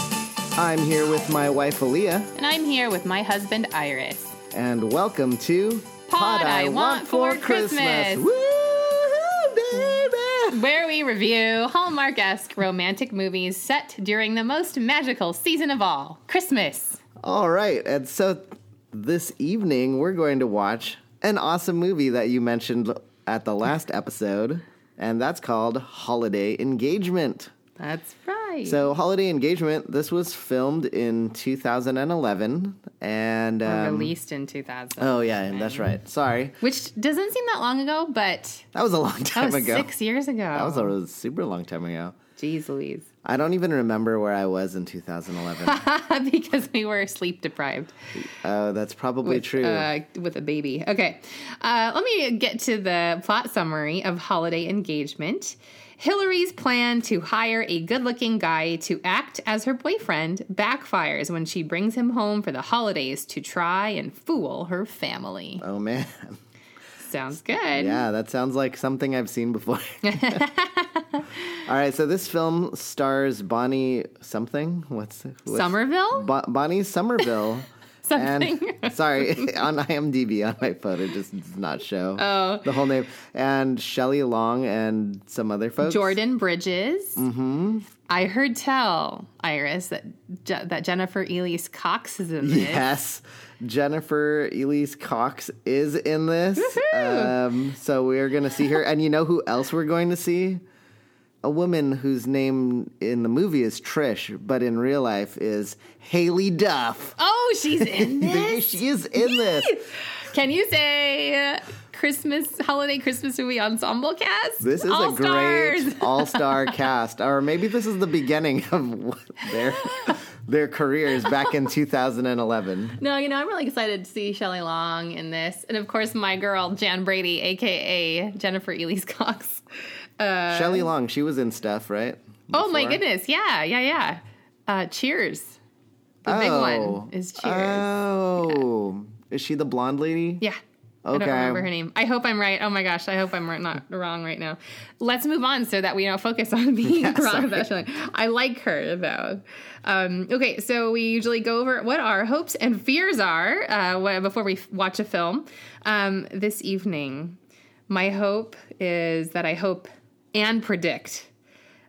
I'm here with my wife, Aaliyah, And I'm here with my husband, Iris. and welcome to Pod I Want for Christmas. Woohoo, baby! where we review Hallmark esque romantic movies set during the most magical season of all, Christmas. All right, and so this evening we're going to watch an awesome movie that you mentioned at the last episode, and that's called Holiday Engagement. That's right. So, Holiday Engagement, this was filmed in 2011, and um, released in 2000. Oh yeah, and that's right. Sorry, Which doesn't seem that long ago, but that was a long that time was ago. six years ago. That was a super long time ago. Jeez Louise. I don't even remember where I was in 2011. because we were sleep deprived. Oh, that's probably true. Uh, with a baby. Okay. Uh, let me get to the plot summary of Holiday Engagement. Hillary's plan to hire a good looking guy to act as her boyfriend backfires when she brings him home for the holidays to try and fool her family. oh man, Sounds good. yeah, that sounds like something I've seen before. All right, so this film stars Bonnie something. What's it? what's- Somerville? Bo- Bonnie Somerville. Something. And, sorry, on IMDb on my phone, it just does not show oh. the whole name. And Shelley Long and some other folks. Jordan Bridges. Mm-hmm. I heard tell, Iris, that, Je- that Jennifer Elise Cox is in this. Yes, Jennifer Elise Cox is in this. Um, so we are going to see her, and you know who else we're going to see? A woman whose name in the movie is Trish, but in real life is Haley Duff. Oh, she's in this? She is in this. Can you say uh, Christmas holiday Christmas movie ensemble cast? This is All a stars. great all-star cast, or maybe this is the beginning of what their their careers back in 2011. No, you know I'm really excited to see Shelley Long in this, and of course my girl Jan Brady, aka Jennifer Elise Cox. Uh, Shelley Long, she was in stuff, right? oh my Before? goodness, yeah, yeah, yeah. Uh, cheers. The big one is Cheers. Oh, is she the blonde lady? yeah. I Okay. don't remember her name. I hope I'm right. Oh my gosh, I hope I'm right- not wrong right now. Let's move on so that we don't focus on being wrong about Shelley. I like her though. Um, okay, so we usually go over what our hopes and fears are uh, wh- before we f- watch a film um, this evening. My hope is that I hope and predict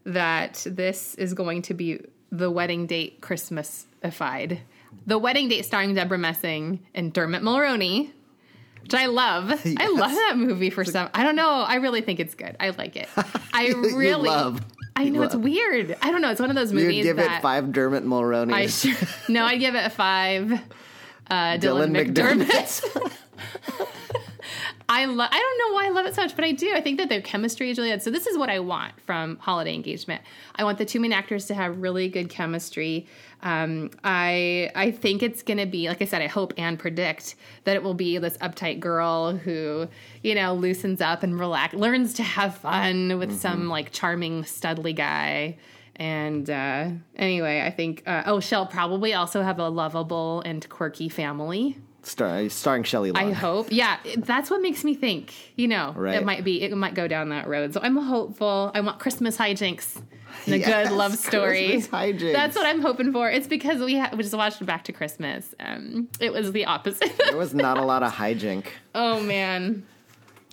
that this is going to be the wedding date Christmasified. The wedding date starring Deborah Messing and Dermot Mulroney, which I love. I love that movie for some. I don't know. I really think it's good. I like it. I You really love. I know it's weird. I don't know. It's one of those You movies give that it five Dermot Mulroney. I sure, no, I'd give it a five. Uh, Dylan, McDermott. I love. I don't know why I love it so much, but I do. I think that their chemistry is really good. So this is what I want from holiday engagement. I want the two main actors to have really good chemistry. Um, I I think it's going to be like I said. I hope and predict that it will be this uptight girl who you know loosens up and relax, learns to have fun with some like charming studly guy. And uh, anyway, I think uh, oh she'll probably also have a lovable and quirky family. Star, starring Shelley I Long. hope. Yeah, it- that's what makes me think. You know, Right. it might be it might go down that road. So I'm hopeful. I want Christmas hijinks and a Yes, good love story. Christmas hijinks. That's what I'm hoping for. It's because we ha- we just watched Back to Christmas. Um, it was the opposite. there was not a lot of hijink oh man,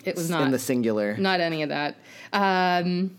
it was not in the singular. not any of that. Um,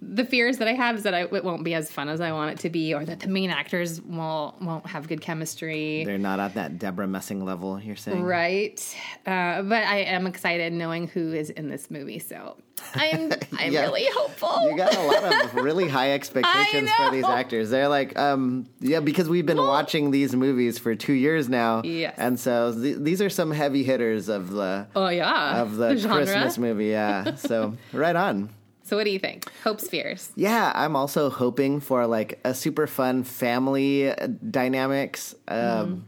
the fears that I have is that I, it won't be as fun as I want it to be, or that the main actors won't won't have good chemistry. They're not at that Deborah Messing level. You're saying Right. Uh, but I am excited knowing who is in this movie. So I'm, I'm Yeah. really hopeful. you got a lot of really high expectations I for these know. actors. They're like, um, yeah, because we've been watching these movies for two years now. Yes. and so th- these are some heavy hitters of the oh, yeah. of the, genre. Christmas movie. Yeah, so right on. So what do you think? Hopes, fears. Yeah, I'm also hoping for like a super fun family uh, dynamics. Mm-hmm. Um,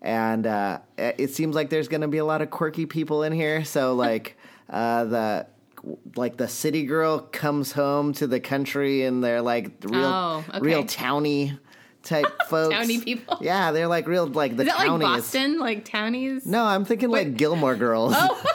And uh, it seems like there's going to be a lot of quirky people in here. So like uh, the like the city girl comes home to the country and they're like real Oh, okay. real towny type folks. Towny people. Yeah, they're like real like the Is that like townies. Boston? Oh, Like townies? No, I'm thinking like Gilmore Girls.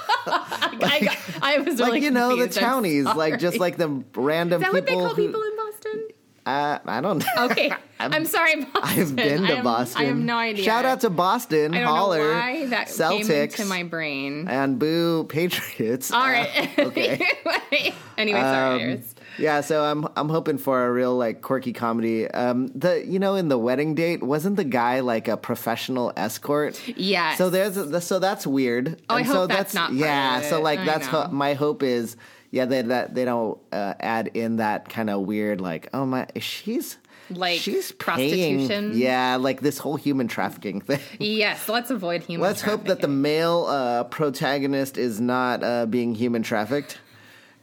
I, I, got- I was really like you know the confused. I'm townies, like just sorry. like the random Is that people what they call who people in Boston? uh, I don't know. Okay. I'm, sorry, Boston. I've been I to am- Boston. I have no idea. Shout out to Boston, I don't Holler, know why that Celtics, came into my brain. and Boo Patriots. All Uh, right. okay. anyway, sorry. Um, Iris. yeah, so I'm I'm hoping for a real like quirky comedy. Um, the you know in the wedding date wasn't the guy like a professional escort? Yes. So there's a, so that's weird. Oh, I And hope so that's not part yeah. of So it. like I that's know. ho- my hope is yeah they, that they don't uh, add in that kind of weird like oh my she's Like she's prostitution? Paying, yeah, like this whole human trafficking thing. yes. Let's avoid human. Let's hope that the male uh, protagonist is not uh, being human trafficked.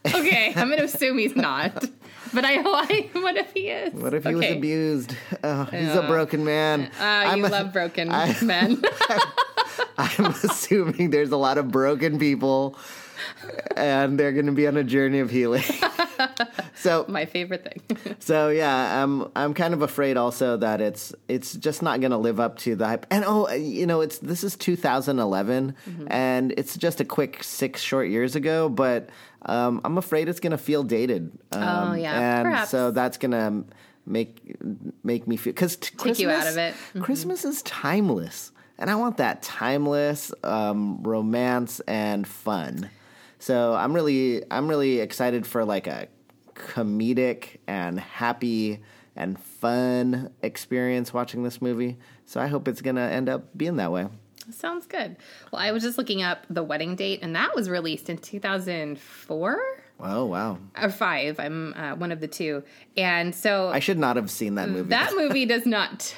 trafficking. okay. I'm gonna assume he's not. But I, I what if he is? What if he was Okay. abused? Oh, he's a Yeah. broken man. Uh, I'm- you love broken I- men. I'm assuming there's a lot of broken people, and they're going to be on a journey of healing. so, my favorite thing. so yeah, I'm I'm kind of afraid also that it's it's just not going to live up to the hype. And oh, you know, it's this is 2011, Mm-hmm. and it's just a quick six short years ago, but um, I'm afraid it's going to feel dated. Um, Oh, yeah, and perhaps. so that's going to make make me feel because t- Take you out of it. Mm-hmm. Christmas is timeless, and I want that timeless um, romance and fun. So I'm really, I'm really excited for like a comedic and happy and fun experience watching this movie. So I hope it's gonna end up being that way. Sounds good. Well, I was just looking up the wedding date, and that was released in 2004 Oh wow! or five. I'm uh, one of the two, and so I should not have seen that movie. that movie does not,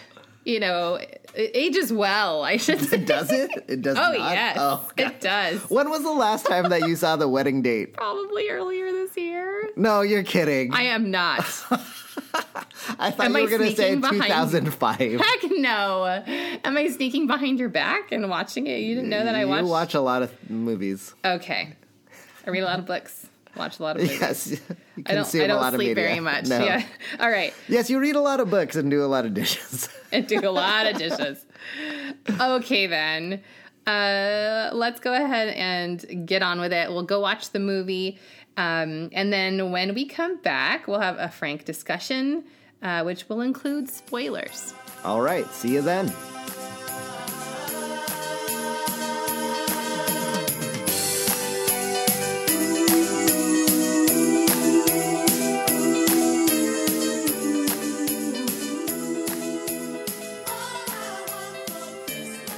you know, it ages well. I should say. does it? It does. Oh not? yes, Oh, it does. when was the last time that you saw the wedding date? Probably earlier this year. No, you're kidding. I am not. I thought Am you I were going to say sneaking behind you? 2005. Heck no. Am I sneaking behind your back and watching it? You didn't know that I watched. You watch a lot of movies. okay. I read a lot of books. Watch a lot of movies. Yes, you I don't. consume I a lot don't of sleep media. very much. No. Yeah. All right. Yes, you read a lot of books and do a lot of dishes. and do a lot of dishes. Okay, then. Uh, let's go ahead and get on with it. We'll go watch the movie. Um, and then when we come back, we'll have a frank discussion, uh, which will include spoilers. All right, see you then.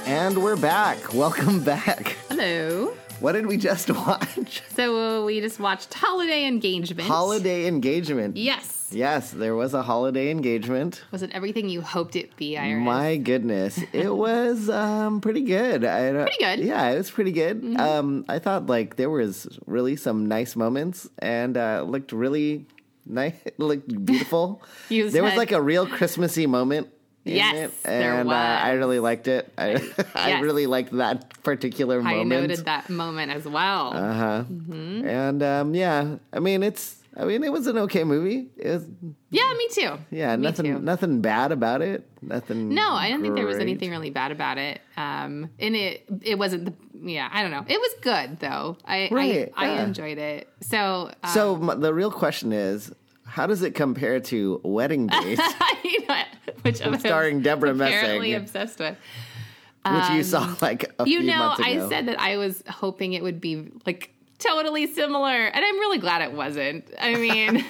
And we're back. Welcome back. Hello. What did we just watch? So we just watched Holiday Engagement. Holiday engagement. Yes. Yes, there was a holiday engagement. Was it everything you hoped it be, Iris? My goodness, it was um, pretty good. I don't, Pretty good. Mm-hmm. Yeah, it was pretty good. Um, I thought like there was really some nice moments, and uh, looked really nice. Looked beautiful. You there was said- like a real Christmassy moment. in Yes, it, there and Uh, I was. really liked it. I, I Yes. really liked that particular I moment. noted Mm-hmm. that moment as well. Uh-huh. And um, yeah, I mean it's. I mean it was an okay movie. It was, yeah, me too. yeah, me nothing too. nothing bad about it. Nothing. No, I don't think there was great. anything really bad about it. Um, and it it wasn't the yeah. I don't know. It was good though. I Right, I, I yeah. enjoyed it. So uh, So m- the real question is, how does it compare to Wedding Days, you know, which I'm starring Deborah apparently Messing, obsessed with. which you saw like a Um, You few know, months ago? I said that I was hoping it would be like totally similar, and I'm really glad it wasn't. I mean.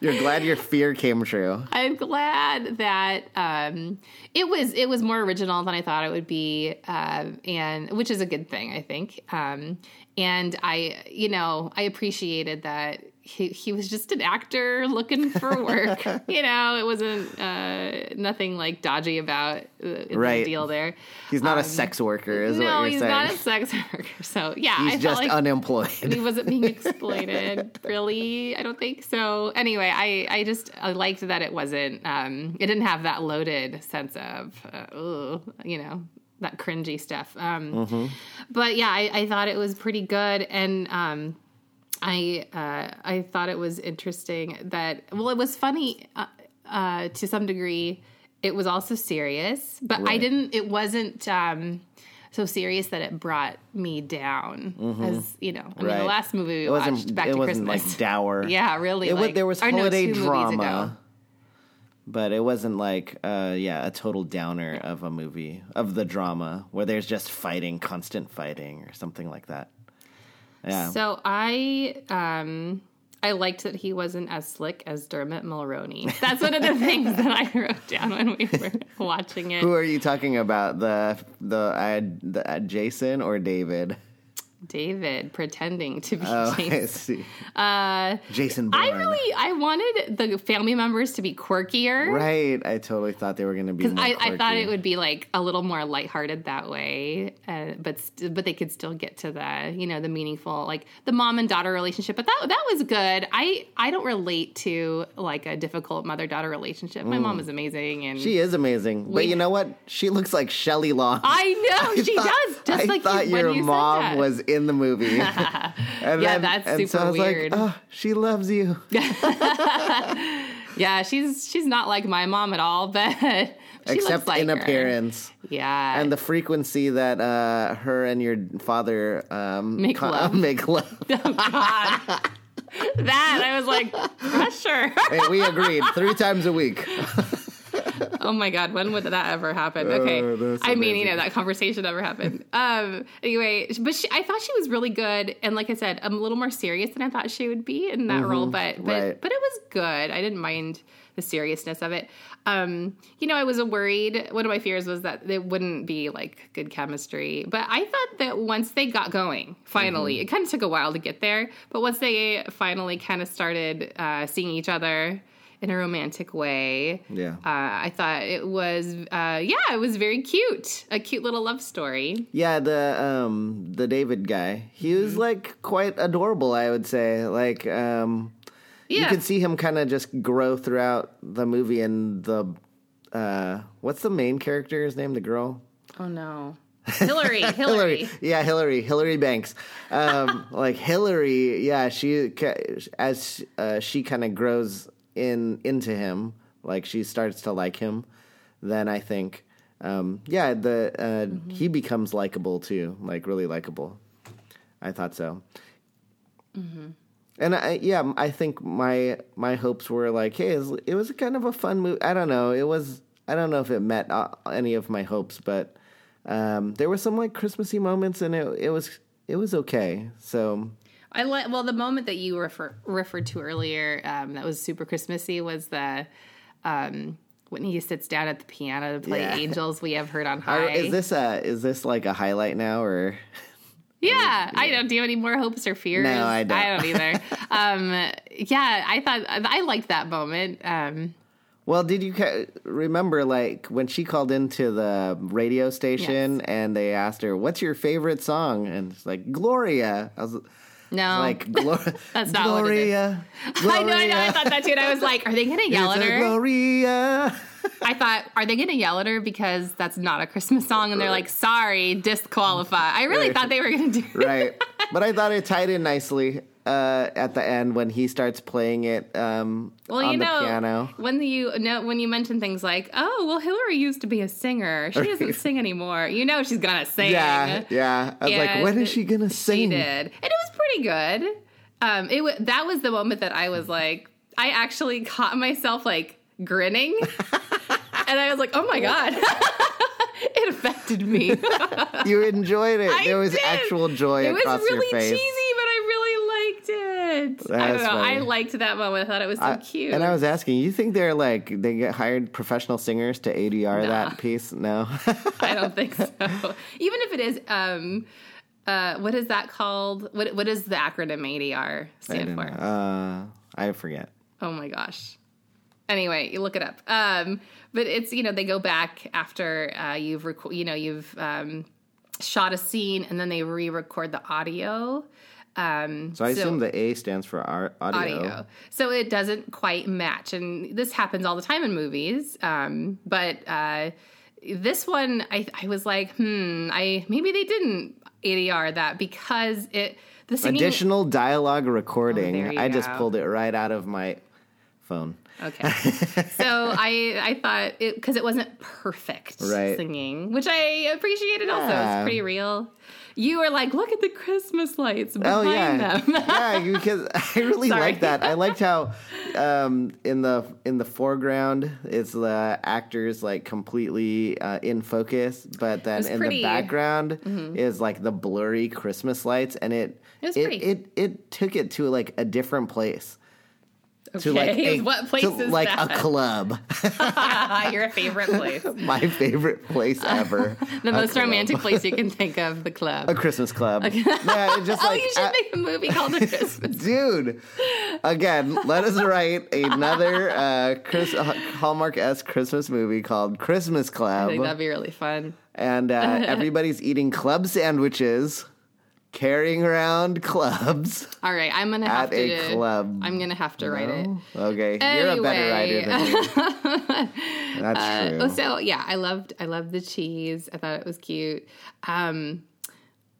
you're glad your fear came true. I'm glad that um, it was it was more original than I thought it would be, um, and which is a good thing, I think. Um, and I, you know, I appreciated that he, he was just an actor looking for work. you know, it wasn't uh, nothing like dodgy about uh, the, the Right. deal there. He's not a sex worker, is Um, no, what he's you're saying. not a sex worker, so yeah, I he's felt just like unemployed. he wasn't being exploited really i don't think so anyway i i just i liked that it wasn't um it didn't have that loaded sense of uh, ooh, you know that cringy stuff um but yeah I, I thought it was pretty good and um I uh, I thought it was interesting that well it was funny uh, uh, to some degree it was also serious but I Right. didn't it wasn't um, so serious that it brought me down as you know I mean the Mm-hmm. Right. last movie we It wasn't. watched Back it to wasn't Christmas like dour. yeah really It wa- like, there was or no, holiday two movies ago. drama. but it wasn't like uh yeah a total downer of a movie of the drama where there's just fighting constant fighting or something like that yeah So I um I liked that he wasn't as slick as Dermot Mulroney. That's one of the things that I wrote down when we were watching who it. are you talking about the the, uh, the uh, jason or david David pretending to be oh i Jason. see Uh, jason Bourne. I really I wanted the family members to be quirkier. right i totally thought they were going to be more I, I thought quirky. it would be like a little more lighthearted that way, uh, but st- but they could still get to the you know the meaningful like the mom and daughter relationship. But that that was good. I I don't relate to like a difficult mother daughter relationship. My mom is amazing, and Mm. she is amazing but We- you know what she looks like shelley long I know I she thought- does. Just I like thought you, your when you mom said that. was in the movie. yeah, Yeah, that's super weird. oh, she loves you. Yeah, she's she's not like my mom at all, but she Except looks like in her. appearance. Yeah, And the frequency that uh, her and your father um, Make love. make love. that I was like pressure. Hey, we agreed three times a week. Oh my god, when would that ever happen? Okay, Uh, that's I mean, you know, amazing. that conversation ever happened. Um, anyway, but she, I thought she was really good, and like I said, I'm a little more serious than I thought she would be in that role, but but Mm-hmm. right. but it was good. I didn't mind the seriousness of it. Um, you know, I was worried. One of my fears was that it wouldn't be like good chemistry, but I thought that once they got going, finally, Mm-hmm. it kind of took a while to get there, but once they finally kind of started uh, seeing each other. In a romantic way, Yeah. uh, I thought it was, uh, yeah, it was very cute. A cute little love story. Yeah, the um the David guy. He was Mm-hmm. like quite adorable, I would say. Like um you Yeah. could see him kind of just grow throughout the movie and the uh what's the main character's name, the girl? Oh no. Hillary, Hillary. Yeah, Hillary. Hillary Banks. Um, like Hillary. Yeah, she as uh, she kind of grows in into him. Like she starts to like him. Then I think, um, yeah, the uh, he becomes likable too. Like really likable. I thought so. And I, yeah, I think my my hopes were like, hey, it was, it was kind of a fun movie. I don't know. It was. I don't know if it met uh, any of my hopes, but um, there were some like Christmassy moments, and it it was it was okay. So I like well the moment that you refer- referred to earlier um, that was super Christmassy was the um, when he sits down at the piano to play Yeah. "Angels We Have Heard on Or High." uh, is this a is this like a highlight now or Yeah, I don't. Do you have any more hopes or fears? No, I don't. I don't either. um, yeah, I thought I liked that moment. Um, Well, did you ca- remember like when she called into the radio station and they asked her, "What's your favorite song?" and it's like Gloria. I was no, like, Glor- Oh. That's not what it is. Gloria, I know, I know. I thought that too. And I was like, are they going to yell at It's a her? Gloria. I thought, are they going to yell at her because that's not a Christmas song? And they're like, sorry, disqualify. I really thought they were going to do right. But I thought it tied in nicely uh, at the end when he starts playing it um, Well, on you the know, piano. when you know when you mention things like, "Oh, well, Hillary used to be a singer. She doesn't sing anymore." You know, she's gonna sing. Yeah, yeah. I was like, Yeah, when is it- she gonna She sing? did, and it was pretty good. Um, it wa that was the moment that I was like, I actually caught myself like grinning, and I was like, "Oh my god." It affected me. You enjoyed it. there was did. actual joy It was across really your face. cheesy, but I really liked it. I That's don't know. funny. I liked that moment. I thought it was so I- cute. Uh, And I was asking, you think they're like they get hired professional singers to ADR that piece? No, I don't think so. Even if it is, um, uh, what is that called? What what does the acronym ADR I don't stand know. for? Uh, I forget. Oh my gosh. Anyway, you look it up. Um, but it's you know they go back after uh, you've rec- you know you've um, shot a scene and then they re-record the audio. Um, So I assume the A stands for ar- audio. audio. So it doesn't quite match. And this happens all the time in movies. Um, but uh, this one, I, I was like, hmm, I maybe they didn't ADR that because it the singing. Additional dialogue Oh, there recording. you I just go. pulled it right out of my phone. Okay. so I I thought it because it wasn't perfect Right. singing, which I appreciated also. Yeah. It's pretty real. You were like, look at the Christmas lights Oh behind yeah, them. yeah. Because I really Sorry. like that. I liked how um, in the in the foreground it's the actors like completely uh, in focus, but then was in pretty. Mm-hmm. the background is like the blurry Christmas lights, and it It was it, pretty. it it took it to like a different place. To like Okay, a, what place to, is like that? a club, Your favorite place. my favorite place ever. The A most club. romantic place you can think of, the club. a Christmas club. yeah, it just oh, like you should a- make a movie called The Christmas. dude again let us write another uh chris hallmark s christmas movie called christmas I think club that'd be really fun. and uh, everybody's eating club sandwiches carrying around clubs All right, I'm gonna have At to. a club. I'm gonna have to write it. Oh, okay you're a better writer Anyway. than me that's Oh, true so yeah, I loved I loved the cheese. I thought it was cute. Um,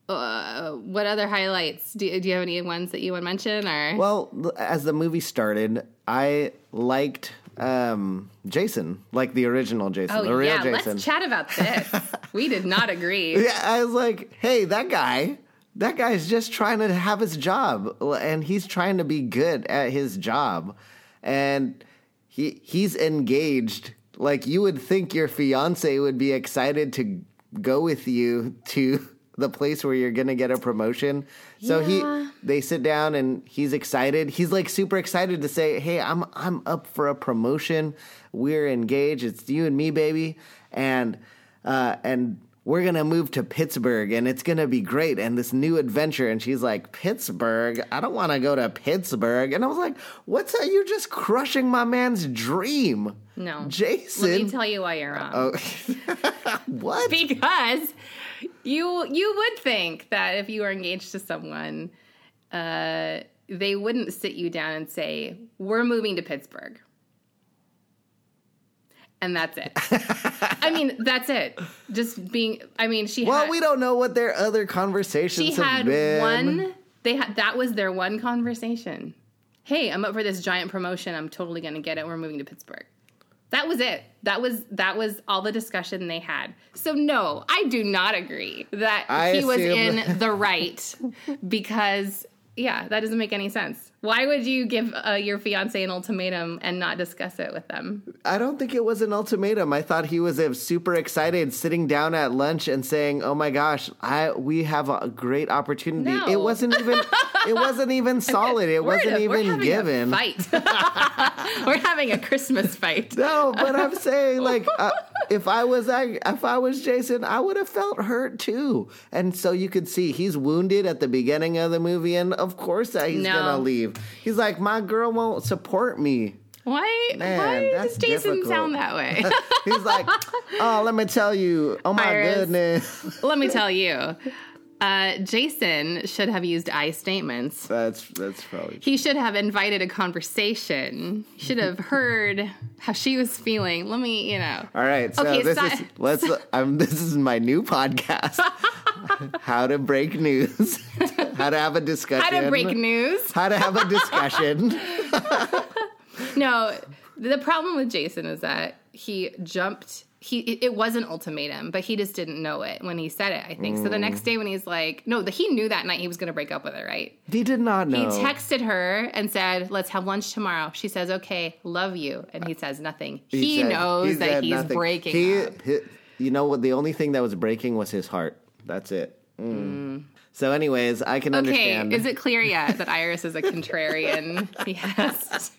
uh, what other highlights? Do, do you have any ones that you would mention? Or well l- as the movie started i liked um jason like the original jason oh the real yeah, jason let's chat about this. we did not agree. Yeah, I was like, hey, that guy, that guy's just trying to have his job, and he's trying to be good at his job, and he he's engaged. Like you would think your fiance would be excited to go with you to the place where you're gonna get a promotion. So Yeah. he they sit down and he's excited. He's like super excited to say, "Hey, I'm I'm up for a promotion. We're engaged. It's you and me, baby." And uh, and we're gonna move to Pittsburgh, and it's gonna be great. And this new adventure. And she's like, "Pittsburgh? I don't want to go to Pittsburgh." And I was like, "What's that? You're just crushing my man's dream." No, Let Jason. me tell you why you're wrong. what? because you you would think that if you were engaged to someone, uh, they wouldn't sit you down and say, "We're moving to Pittsburgh," and that's it. I mean, that's it. Just being. I mean, she. Well, had, we don't know what their other conversations she have had been. one. They had that was their one conversation. Hey, I'm up for this giant promotion. I'm totally gonna get it. We're moving to Pittsburgh. That was it. That was that was all the discussion they had. So no, I do not agree that I he was assume- in the right because yeah, that doesn't make any sense. Why would you give uh, your fiance an ultimatum and not discuss it with them? I don't think it was an ultimatum. I thought he was uh, super excited, sitting down at lunch and saying, "Oh my gosh, I we have a great opportunity." No. It wasn't even. it wasn't even solid. It We're in wasn't a- we're even having a given. fight. we're having a Christmas fight. No, but I'm saying like uh, if I was I, if I was Jason, I would have felt hurt too. And so you could see he's wounded at the beginning of the movie, and of course that he's No. gonna leave. He's like, "My girl won't support me." Why? Man, why that's does Jason difficult. sound that way? He's like, "Oh, let me tell you. Oh my Iris. goodness." Let me tell you, uh, Jason should have used I statements. That's that's probably He should have invited a conversation. He should have heard how she was feeling. Let me, you know. All right, so Okay, this so- is let's. I'm, this is my new podcast. how to break news. how to have a discussion. How to break news. How to have a discussion. No, the problem with Jason is that he jumped. He it- it was an ultimatum, but he just didn't know it when he said it. I think so. The Mm. next day when he's like, no, the, he knew that night he was going to break up with her, right? he did not He know. texted her and said, "Let's have lunch tomorrow." She says, "Okay, love you," and he says nothing. He, said- knows he that said he's nothing. breaking He- up. he- you know what? The only thing that was breaking was his heart. That's it. Mm. So, anyways, I can Okay, understand. is it clear yet that Iris is a contrarian? yes,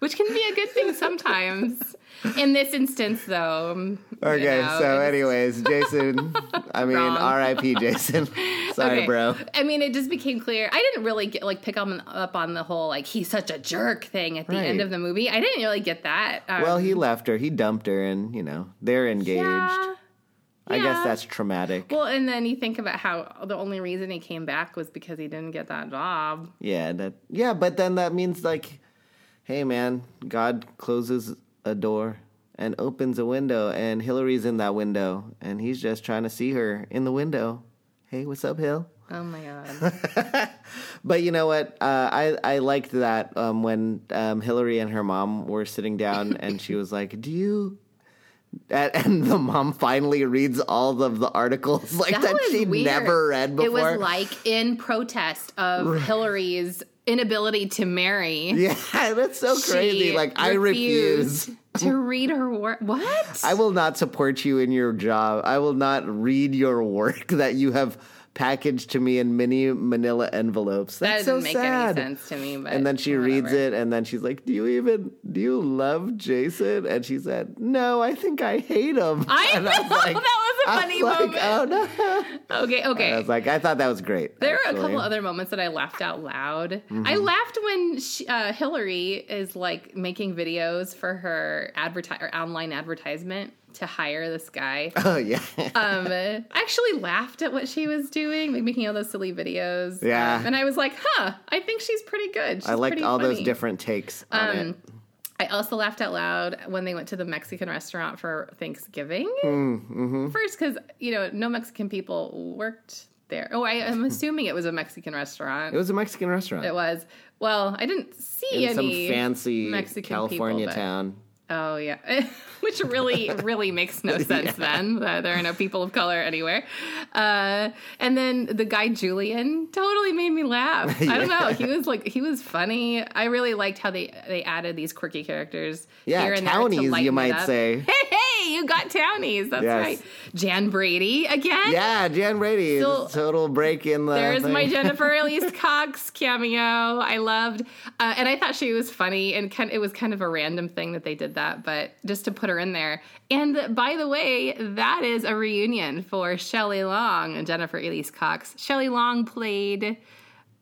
which can be a good thing sometimes. In this instance, though. um, you okay, know, so it's- anyways, Jason. I mean, Wrong. R.I.P. Jason. Sorry, okay. bro. I mean, it just became clear. I didn't really get like pick on, up on the whole like he's such a jerk thing at the Right. end of the movie. I didn't really get that. Um, Well, he left her. He dumped her, and you know they're engaged. yeah. I guess yeah. that's traumatic. Well, and then you think about how the only reason he came back was because he didn't get that job. Yeah, that yeah, but then that means like, hey man, God closes a door and opens a window, and Hillary's in that window, and he's just trying to see her in the window. Hey, what's up, Hill? Oh my god. But you know what? Uh, I I liked that um, when um, Hillary and her mom were sitting down, and she was like, "Do you?" And, and the mom finally reads all of the articles like that, was she weird. never read before. It was like in protest of Hillary's inability to marry. yeah, that's so She crazy. Like I refuse. refused to read her work. What? I will not support you in your job. I will not read your work that you have packaged to me in mini manila envelopes. that That's didn't so make sad. any sense to me. But And then she reads whatever. it and then she's like, Do you even do you love Jason? And she said, No, I think I hate him. I and know, that was a I funny was moment. like, oh no. Okay, okay. I was like, I thought that was great. There are a actually. Mm-hmm. couple other moments that I laughed out loud. I laughed when she, uh, Hillary is like making videos for her adverti- or online advertisement to hire this guy. Oh yeah. Um, I actually laughed at what she was doing, like making all those silly videos. Yeah. Um, and I was like, huh, I think she's pretty good. She's I liked pretty all those funny. Um, different takes on it. I also laughed out loud when they went to the Mexican restaurant for Thanksgiving. Mm-hmm. First, because, you know, no Mexican people worked there. Oh, I am assuming it was a Mexican restaurant. It was a Mexican restaurant. It was. Well, I didn't see in some any fancy Mexican California people, but- town. Oh yeah, which really really makes no sense. Then that there are no people of color anywhere. Uh, and then the guy Julian totally made me laugh. I don't know. He was like he was funny. I really liked how they they added these quirky characters. Yeah, here and there to townies, you lighten it might up. say. Hey hey, you got townies. That's Yes. right. Jan Brady again. Yeah, Jan Brady. Still- total break in the. There's thing. my Jennifer Elise Cox cameo. I loved, uh, and I thought she was funny, and kind, it was kind of a random thing that they did that, but just to put her in there. And by the way, that is a reunion for Shelley Long and Jennifer Elise Cox. Shelley Long played,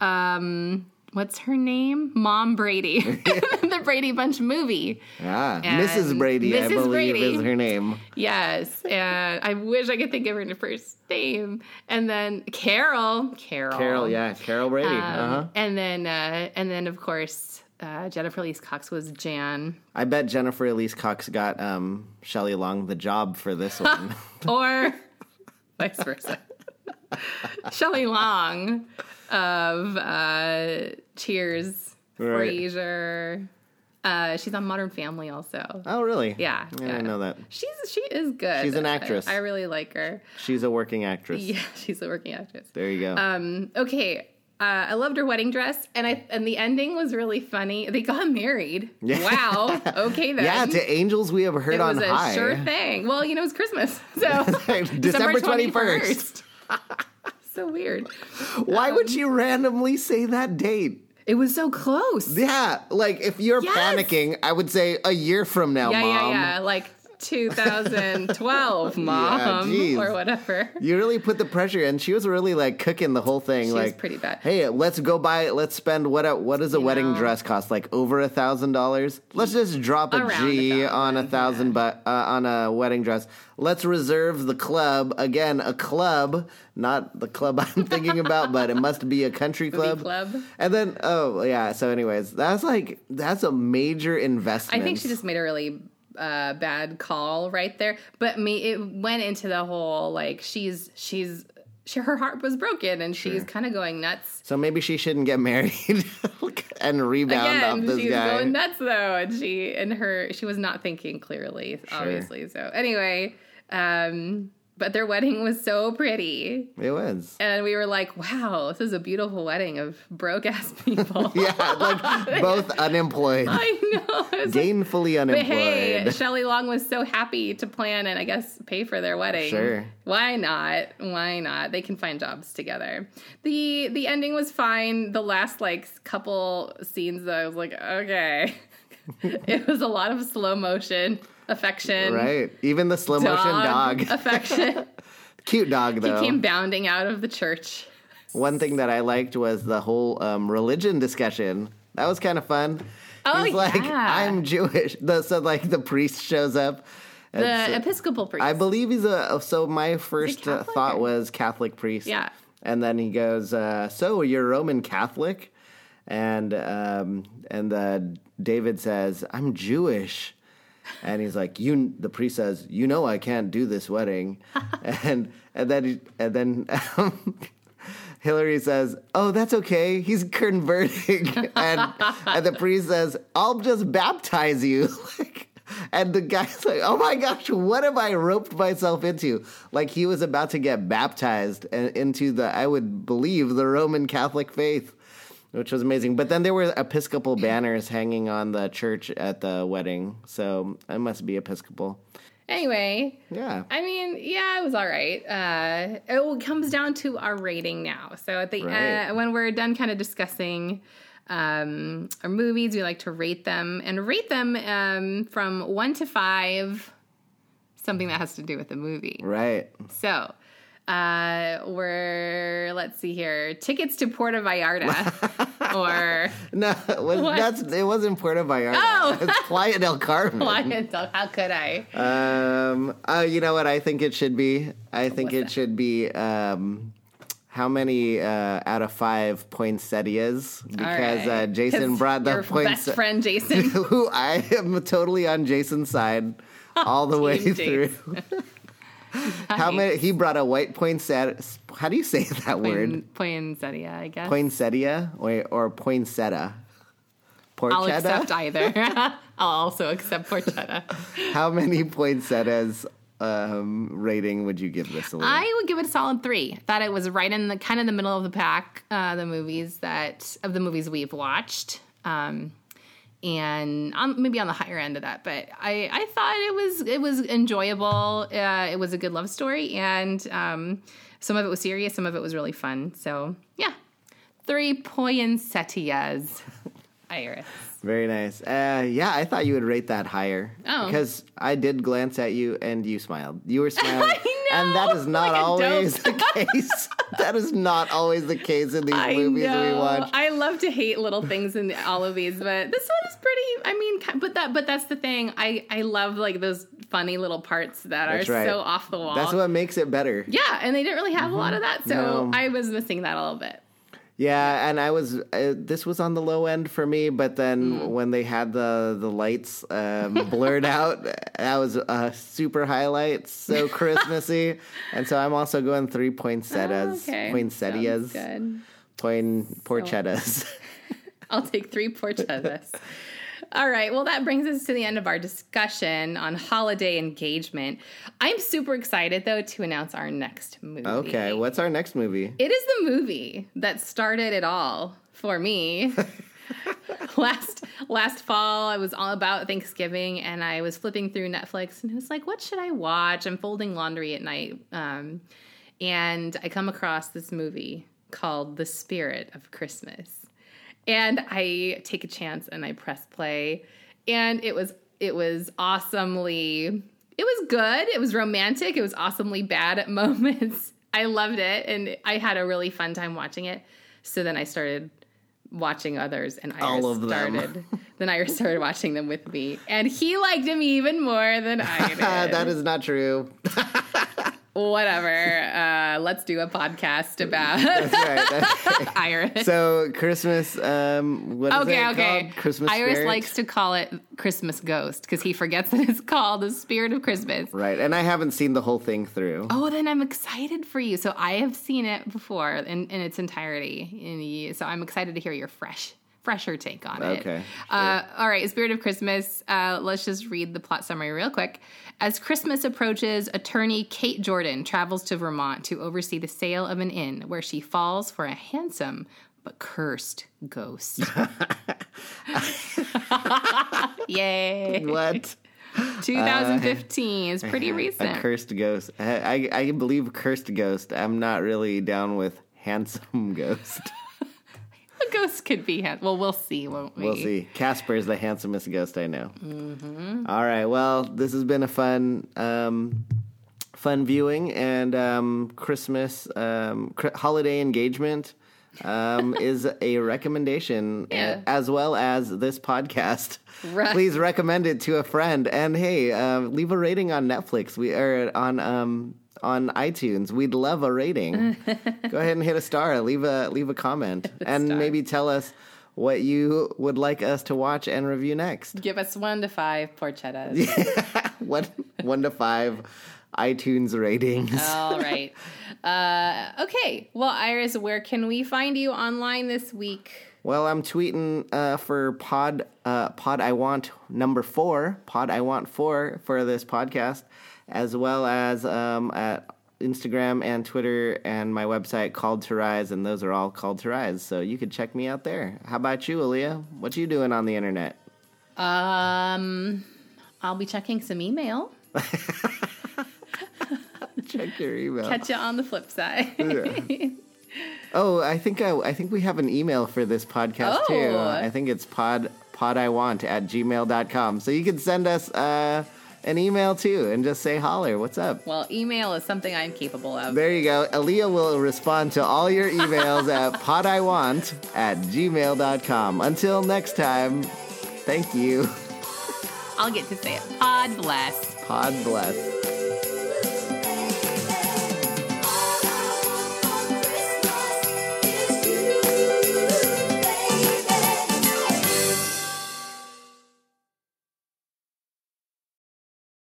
um, what's her name? Mom Brady, in the Brady Bunch movie. Ah, And Mrs. Brady, I Mrs. believe Brady. is her name. Yes, and I wish I could think of her first name. And then Carol, Carol, Carol, yeah, Carol Brady. Um, uh-huh. And then, uh, and then, of course, uh, Jennifer Lee Cox was Jan, I bet Jennifer Elise Cox got um, Shelley Long the job for this one. or vice versa. Shelley Long of uh, Cheers, Right. Frasier. Uh, she's on Modern Family also. oh, really? Yeah, I yeah. didn't know that. She's she is good. She's an I- actress. I, really like her. She's a working actress. Yeah, she's a working actress. There you go. Um, okay. Uh, I loved her wedding dress, and I and the ending was really funny. They got married. Wow. Okay then. yeah, to angels we have heard it on was a high. sure thing. Well, you know, it's Christmas, so December 21st. so weird. Why Um, would she randomly say that date? It was so close. Yeah, Yeah, like if you're Yes. panicking, I would say a year from now, yeah, mom. yeah, Like 2012, mom, geez. or whatever. You really put the pressure, and she was really like cooking the whole thing. She was like pretty bad. Hey, let's go buy. Let's spend what? A, what does a wedding know. dress cost? Like over a thousand dollars. Let's just drop a Around G a on a thousand, thousand, but uh, on a wedding dress. Let's reserve the club again. A club, not the club I'm thinking about, but it must be a country club. club. And then, oh yeah. So, anyways, that's like that's a major I investment. think she just made a really uh, bad call right there. But me, it went into the whole like she's she's she, her heart was broken and she's kind of going nuts. So maybe she shouldn't get married and rebound off Again, this she's guy. going nuts though, and she and her she was not thinking clearly, obviously. So anyway, um, but their wedding was so pretty, it was. and we were like, "Wow, this is a beautiful wedding of broke ass people." Yeah, like both unemployed, I know. I was like, gainfully But hey, unemployed. Shelley Long was so happy to plan and I guess pay for their wedding. Sure. Why not? Why not? They can find jobs together. The the ending was fine. The last like couple scenes though, I was like, okay. it was a lot of slow motion, affection. Right, even the slow motion dog, affection. cute dog He though. came bounding out of the church. One thing that I liked was the whole um, religion discussion. That was kind of fun. Oh, He's like, yeah. I'm Jewish. The, so like the priest shows up. and The so- Episcopal priest. I believe he's a. So my first uh, Catholic thought or- was Catholic priest. Yeah. And then he goes, uh, "So you're Roman Catholic," and um, and uh, David says, "I'm Jewish," and he's like, "You." The priest says, "You know um, I can't do this wedding," and and then he- and then. Hillary says, "Oh, that's okay. He's converting," and and the priest says, "I'll just baptize you." like, and the guy's like, "Oh my gosh, what have I roped myself into?" Like he was about to get baptized and into the I would believe the Roman Catholic faith, which was amazing. But then there were Episcopal banners hanging on the church at the wedding, so I must be Episcopal. Anyway, Yeah. I mean, yeah, it was all right. Uh, it all comes down to our rating now. So at the Right. uh, when we're done, kind of discussing um, our movies, we like to rate them and rate them um, from one to five, something that has to do with the movie. Right. So uh, we're let's see here, tickets to Puerto Vallarta or No, it was, What? that's it wasn't Puerto Vallarta. Oh. It's Playa del Carmen. how could I? Um, uh, you know what I think it should be? I think it should be um, how many uh, out of five poinsettias? All Because uh, right. Jason 'Cause brought the your best poinsettia. friend Jason. Who I am totally on Jason's side all the way Team through. Jason. How many? He brought a white poinsettia. How do you say that word? Poin- Poinsettia, I guess. Poinsettia or, or poinsettia? I'll Porchetta? accept either. I'll also accept porchetta. How many poinsettias um, rating would you give this? Olivia? I would give it a solid three. Thought it was right in the kind of the middle of the pack. Uh, the movies that of the movies we've watched, um, and on, maybe on the higher end of that. But I, I thought it was it was enjoyable. Uh, it was a good love story, and um, some of it was serious, some of it was really fun. So yeah, three poinsettias, Iris. Very nice. Uh, yeah, I thought you would rate that higher. Oh. Because I did glance at you and you smiled. You were smiling. I And that is know, not like a always the case. that is not always the case in these movies we watch. I love to hate little things in all of these, but this one is pretty. I mean, ki- but that but that's the thing. I I love like those funny little parts that That's are right. so off the wall. That's what makes it better. Yeah. yeah, and they didn't really have a lot of that, so No. I was missing that a little bit. and I was uh, this was on the low end for me, but then Mm. when they had the the lights um, blurred out, that was a super highlight, so Christmassy. and so I'm also going three poinsettias, Okay, poinsettias, sounds Good. poin porchettas. I'll take three porchettas. All right, well, that brings us to the end of our discussion on holiday engagement. I'm super excited, though, to announce our next movie. Okay, what's our next movie? It is the movie that started it all for me. last last fall, I was all about Thanksgiving, and I was flipping through Netflix, and I was like, "What should I watch?" I'm folding laundry at night, um, and I come across this movie called "The Spirit of Christmas," and I take a chance and I press play, and it was it was awesomely it was good. It was romantic. It was awesomely bad at moments. I loved it, and I had a really fun time watching it. So then I started watching others, and Iris All of them. started. then Iris started watching them with me, and he liked him even more than I did. Uh, that is not true. Whatever. Uh, let's do a podcast about That's right. That's- Iris. so Christmas. Um, what is Okay, it okay. called? Christmas. Iris spirit? likes to call it Christmas Ghost because he forgets that it's called the Spirit of Christmas. Right, and I haven't seen the whole thing through. Oh, then I'm excited for you. So I have seen it before in, in its entirety, and you- so I'm excited to hear your fresh, fresher take on it. Okay, Uh, all right, Spirit of Christmas. Uh, let's just read the plot summary real quick. As Christmas approaches, attorney Kate Jordan travels to Vermont to oversee the sale of an inn, where she falls for a handsome but cursed ghost. Yay! What? 2015 is pretty Uh, A recent. cursed ghost. I, I I believe cursed ghost. I'm not really down with handsome ghost. A ghost could be hand- well. We'll see, won't we? We'll see. Casper's the handsomest ghost I know. Mm-hmm. All right. Well, this has been a fun, um, fun viewing and um, Christmas um, cr- holiday engagement um, is a recommendation, a- Yeah. as well as this podcast. Right. Please recommend it to a friend, and hey, uh, leave a rating on Netflix. We are on. Um, on iTunes, we'd love a rating. Go ahead and hit a star. Leave a leave a comment, and star. maybe tell us what you would like us to watch and review next. Give us one to five porchettas. What one to five iTunes ratings. All right. Uh, okay. Well, Iris, where can we find you online this week? Well, I'm tweeting uh, for pod uh, pod I want number four pod I want four for this podcast, as well as um, at Instagram and Twitter and my website called to rise, and those are all called to rise. So you could check me out there. How about you, Aaliyah? What you doing on the internet? Um, I'll be checking some email. Check your email. Catch you on the flip side. Oh, I think I, I think we have an email for this podcast too. Oh. I think it's pod podiwant at gmail.com. So you can send us uh, an email too and just say holler, what's up? well, email is something I'm capable of. There you go. Aaliyah will respond to all your emails at podiwant at gmail.com. Until next time, thank you. I'll get to say it. Pod bless. Pod bless.